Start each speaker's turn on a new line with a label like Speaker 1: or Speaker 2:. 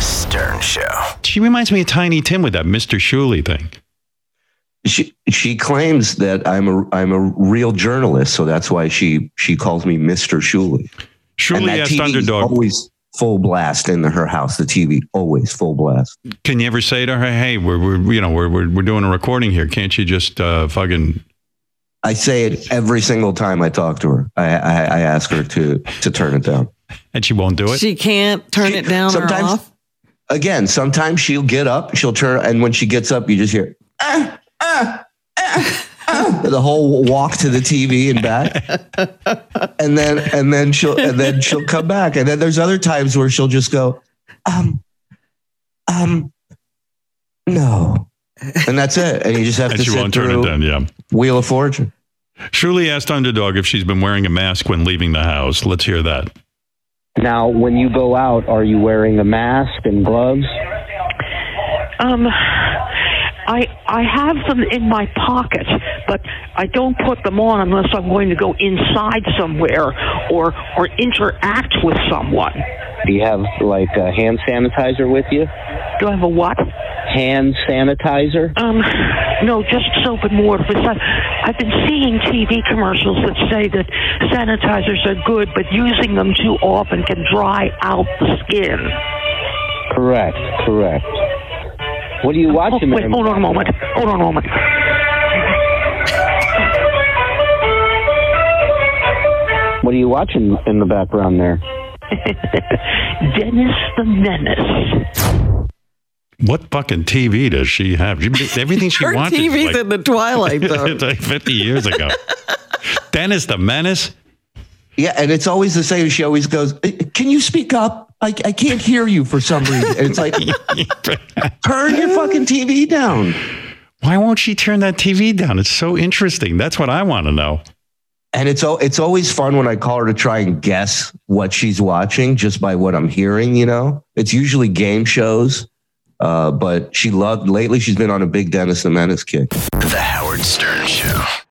Speaker 1: Stern Show.
Speaker 2: She reminds me of Tiny Tim with that Mr. Shuley thing.
Speaker 3: She she claims that I'm a I'm a real journalist, so that's why she she calls me Mister Shuley. and
Speaker 2: Shuley
Speaker 3: that
Speaker 2: asked
Speaker 3: TV is
Speaker 2: Underdog,
Speaker 3: always full blast in her house. The TV always full blast.
Speaker 2: can you ever say to her, "Hey, we're, we're you know we're, we're we're doing a recording here. Can't you just uh, fucking
Speaker 3: I say it every single time I talk to her. I I, I ask her to to turn it down.
Speaker 2: and she won't do it.
Speaker 4: She can't turn it down or
Speaker 3: Sometimes-
Speaker 4: off.
Speaker 3: Again, sometimes she'll get up, she'll turn, and when she gets up, you just hear "Ah, ah, ah, ah," the whole walk to the TV and back, and then and then she'll and then she'll come back, and then there's other times where she'll just go, um, um, no, and that's it, and you just have
Speaker 2: and
Speaker 3: to
Speaker 2: she
Speaker 3: sit
Speaker 2: won't turn it
Speaker 3: through
Speaker 2: down. Yeah.
Speaker 3: Wheel of Fortune.
Speaker 2: Shuley asked Underdog if she's been wearing a mask when leaving the house. Let's hear that.
Speaker 5: Now, when you go out, are you wearing a mask and gloves?
Speaker 6: Um, I I have them in my pocket, but I don't put them on unless I'm going to go inside somewhere or or interact with someone.
Speaker 5: Do you have like a hand sanitizer with you?
Speaker 6: Do I have a what?
Speaker 5: Hand sanitizer?
Speaker 6: Um, no, just soap and water. Besides, I've been seeing TV commercials that say that sanitizers are good, but using them too often can dry out the skin.
Speaker 5: Correct, correct. What are you
Speaker 6: Oh,
Speaker 5: watching
Speaker 6: wait,
Speaker 5: there?
Speaker 6: hold on a moment. Hold on a moment.
Speaker 5: What are you watching in the background there?
Speaker 6: Dennis the Menace.
Speaker 2: What fucking TV does she have? She- everything she
Speaker 4: Her
Speaker 2: watches. is
Speaker 4: TV's
Speaker 2: like-
Speaker 4: in the twilight zone.
Speaker 2: it's like 50 years ago. Dennis the Menace.
Speaker 3: Yeah, and it's always the same. She always goes, "Eh, "Can you speak up? I, I can't hear you for some reason." And it's like, turn your fucking TV down.
Speaker 2: Why won't she turn that TV down? It's so interesting. That's what I want to know.
Speaker 3: And it's al- it's always fun when I call her to try and guess what she's watching just by what I'm hearing. You know, it's usually game shows. Uh, but she loved lately. She's been on a big Dennis the Menace kick.
Speaker 1: The Howard Stern Show.